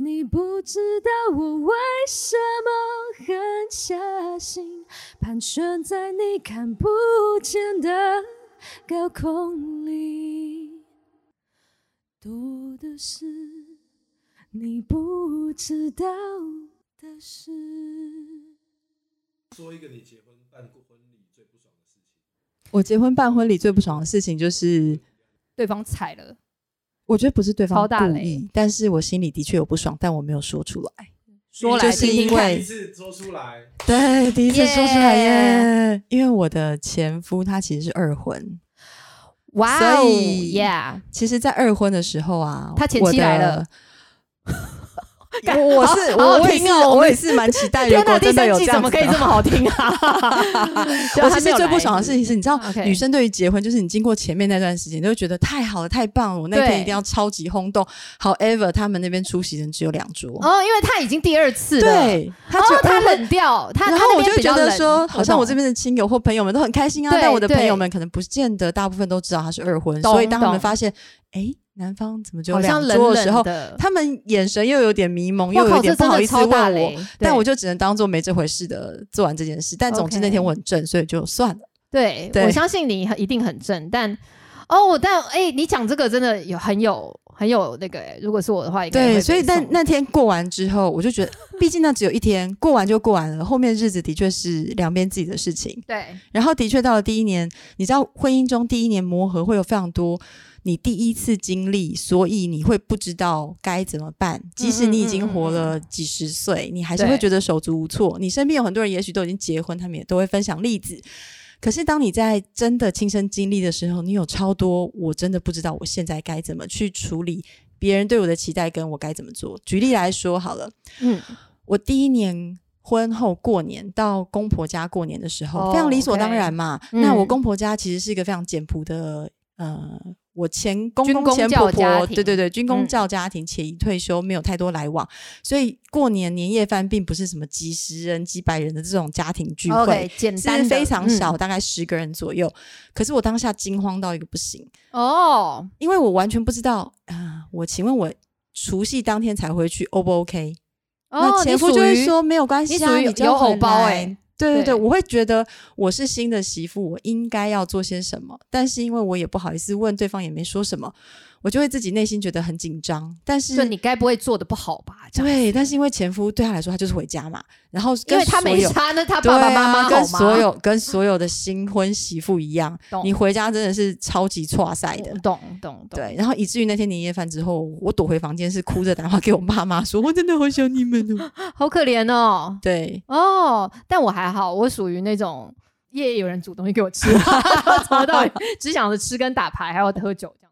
你不知道我为什么狠下心，盘旋在你看不见的高空里。多的是你不知道的事。说一个你结婚办过婚礼最不爽的事情。我结婚办婚礼最不爽的事情就是，对方踩了，我觉得不是对方超大故雷意，但是我心里的确有不爽，但我没有说出来。说来就是听听因看。为第一次说出来，对，第一次说出来耶耶因为我的前夫他其实是二婚，哇所哦以，Yeah，其实，在二婚的时候啊，他前妻我的来了。 我我是好好我我也是听哦我也是蛮期待，如 天果第真的三有季这怎样么子可以的这啊么好听啊？啊 我其实最不爽的事情是，你知道， OK 女生对于结婚，就是你经过前面那段时间，都会觉得太好了，太棒了，我那对天一定要超级轰动。However，他们那边出席人只有两桌，哦，因为他已经第二次了，，对，他哦只有，他二婚冷掉，他然他后那我边就比觉较得冷说，好像我这懂边的亲友或朋友们都很开心啊，对但我的朋友对们可能不见得大部分都知道他是二婚，懂所以当他们懂发现，哎，男方怎么就好像两冷桌的冷时候，的，他们眼神又有点迷蒙，又哇靠有点这不真的好意思超大问我雷，但我对就只能当做没这回事的做完这件事。但总之那天 OK 我很正，所以就算了。对对我相信你很一定很正，但哦，我但哎、你讲这个真的有很有很有那个、哎如果是我的话，应该也对，会所以被但送那天过完之后，我就觉得，毕竟那只有一天，过完就过完了，后面日子的确是两边自己的事情。对然后的确到了第一年，你知道婚姻中第一年磨合会有非常多你第一次经历，所以你会不知道该怎么办。即使你已经活了几十岁，你还是会对觉得手足无措。你身边有很多人也许都已经结婚，他们也都会分享例子。可是当你在真的亲身经历的时候，你有超多我真的不知道我现在该怎么去处理别人对我的期待，跟我该怎么做。举例来说好了，嗯我第一年婚后过年到公婆家过年的时候，哦非常理所当然嘛。嗯那我公婆家其实是一个非常简朴的，呃，我前公军公工前教婆家婆，庭对对对，军工嗯教家庭，且已退休，没有太多来往，所以过年年夜饭并不是什么几十人、几百人的这种家庭聚会。 ，OK，简单的是非常嗯少，大概十个人左右。可是我当下惊慌到一个不行，哦，因为我完全不知道啊、我请问我除夕当天才回去，O 不 OK？那哦前你夫属就会于说没有关系啊，你属于就要有偶包回来欸对对对，对我会觉得我是新的媳妇，我应该要做些什么，但是因为我也不好意思问对方，也没说什么，我就会自己内心觉得很紧张。但就是你该不会做的不好吧？这样对，但是因为前夫对他来说，他就是回家嘛，然后因跟为他所没有差，那他对爸爸妈妈啊、好跟吗？哦所有跟所有的新婚媳妇一样，懂你回家真的是超级挫赛的懂。懂懂，对，然后以至于那天年夜饭之后，我躲回房间是哭着打电话给我爸妈说，我真的好想你们哦。好可怜哦对，哦，但我还好，我属于那 种夜有人煮东西给我吃，从头到尾只想着吃跟打牌，还有喝酒这样。